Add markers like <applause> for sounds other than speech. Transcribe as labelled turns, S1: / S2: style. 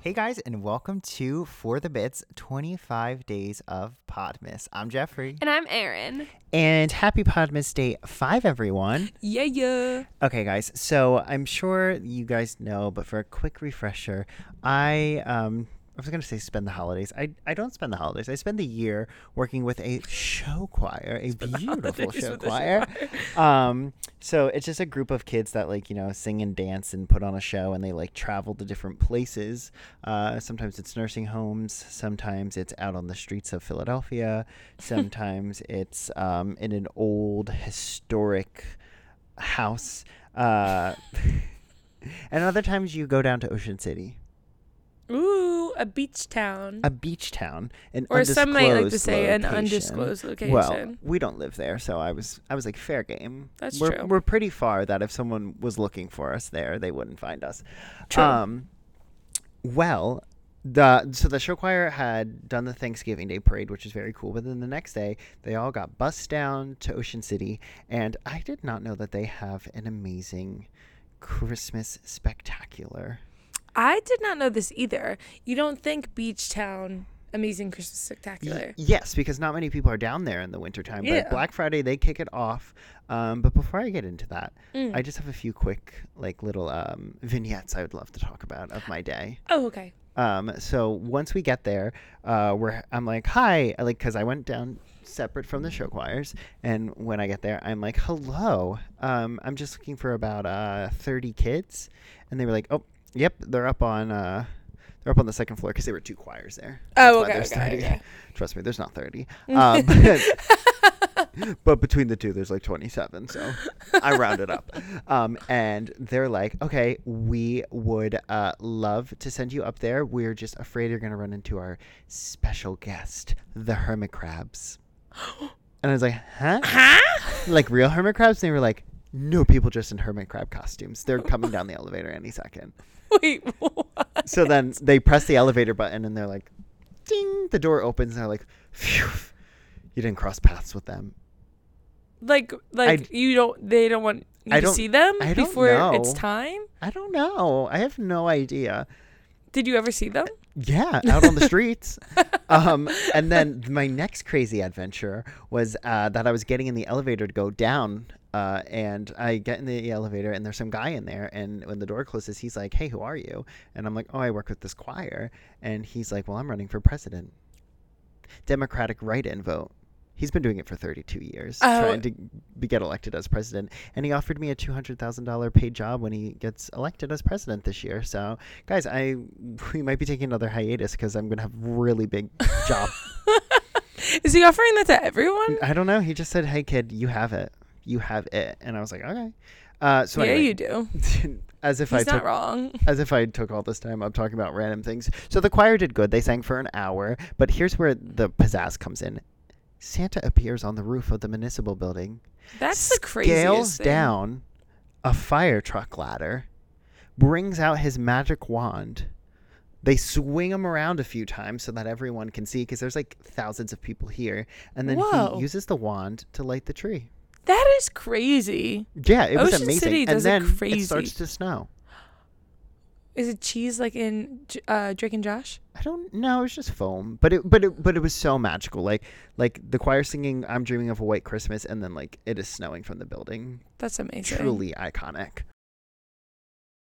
S1: Hey guys, and welcome to For the Bits 25 Days of Podmas. I'm Jeffrey.
S2: And I'm Erin.
S1: And happy Podmas Day 5, everyone.
S2: Yeah, yeah.
S1: Okay, guys, so I'm sure you guys know, but for a quick refresher, I. Um, I was going to say spend the holidays. I, I don't spend the holidays. I spend the year working with a show choir, a beautiful
S2: holidays
S1: show
S2: with a
S1: choir.
S2: show
S1: Um, so it's just a group of kids that like, you know, sing and dance and put on a show and they like travel to different places. Uh, sometimes it's nursing homes. Sometimes it's out on the streets of
S2: <laughs>
S1: Philadelphia. Sometimes it's um, in an old historic house. Uh, <laughs> and other times you go down to Ocean City
S2: <laughs> Ooh, a beach town.
S1: a beach town, an
S2: or some might like to
S1: undisclosed
S2: say an
S1: location.
S2: undisclosed location.
S1: Well, we don't live there, so I was I was like fair game.
S2: That's
S1: we're,
S2: true.
S1: We're pretty far that if someone was looking for us there, they wouldn't find us.
S2: True.
S1: Um, well, the so the show choir had done the Thanksgiving Day parade, which is very cool. But then the next day, they all got bussed down to Ocean City, and I did not know that they have an amazing Christmas spectacular.
S2: I did not know this either. You don't think beach town, amazing Christmas
S1: Y-
S2: spectacular.
S1: Yes, because not many people are down there in the wintertime. But
S2: Yeah.
S1: Black Friday, they kick it off. Um, but before I get into that, I just have a few quick, like, little um, vignettes I would love to talk about of my day.
S2: Oh, okay.
S1: Um, so once we get there, uh, we're I'm like, hi, I like, cause I went down separate from the show choirs, and when I get there, I'm like, hello, um, I'm just looking for about uh 30 kids, and they were like, oh, yep, they're up on uh, they're up on the second floor because there were two choirs there.
S2: Oh,
S1: why
S2: okay,
S1: there's
S2: okay, okay.
S1: Trust me, there's not 30.
S2: <laughs>
S1: Um, <laughs> but between the two, there's like 27. So I rounded up. Um, and they're like, okay, we would uh, love to send you up there. We're just afraid you're going to run into our special guest, the hermit crabs. And I was like, huh?
S2: <laughs> Huh?
S1: Like real hermit crabs? And they were like, no, people just in hermit crab costumes. They're coming down the elevator any second.
S2: Wait, what?
S1: So then they press the elevator button and they're like, ding, the door opens and they're like, phew, you didn't cross paths with them.
S2: Like, like
S1: I-
S2: you don't. They don't want you
S1: I
S2: to
S1: don't-
S2: see them
S1: I don't
S2: before it's
S1: know.
S2: time.
S1: I don't know. I have no idea.
S2: Did you ever see them?
S1: Yeah, out on the streets. <laughs> um, and then my next crazy adventure was uh, that I was getting in the elevator to go down. Uh, and I get in the elevator, and there's some guy in there. And when the door closes, he's like, Hey, who are you? And I'm like, Oh, I work with this choir. And he's like, Well, I'm running for president. Democratic write in vote. He's been doing it for 32 years,
S2: Oh.
S1: trying to be, get elected as president. And he offered me a $200,000 paid job when he gets elected as president this year. So, guys, I <laughs> we might be taking another hiatus because I'm going to have really big
S2: <laughs>
S1: job.
S2: <laughs> Is he offering that to everyone?
S1: I don't know. He just said, "Hey, kid, you have it. You have it." And I was like, "Okay." Uh, so
S2: yeah, you
S1: anyway,
S2: do.
S1: <laughs> as if I
S2: He's
S1: took
S2: not wrong.
S1: as if I took all this time up talking about random things. So the choir did good. They sang for an hour, but here's where the pizzazz comes in. Santa appears on the roof of the municipal building,
S2: That's the craziest
S1: scales
S2: thing.
S1: down a fire truck ladder, brings out his magic wand. They swing him around a few times so that everyone can see because there's like thousands of people here. And then
S2: Whoa.
S1: he uses the wand to light the tree.
S2: That is crazy.
S1: Yeah, it was
S2: Ocean
S1: amazing.
S2: City
S1: and
S2: does it
S1: then
S2: crazy.
S1: it starts to snow.
S2: Is it cheese like in J- uh, Drake and Josh?
S1: I don't know. It was just foam, but it, but it, but it was so magical. Like, like the choir singing "I'm Dreaming of a White Christmas," and then like it is snowing from the building.
S2: That's amazing.
S1: Truly iconic.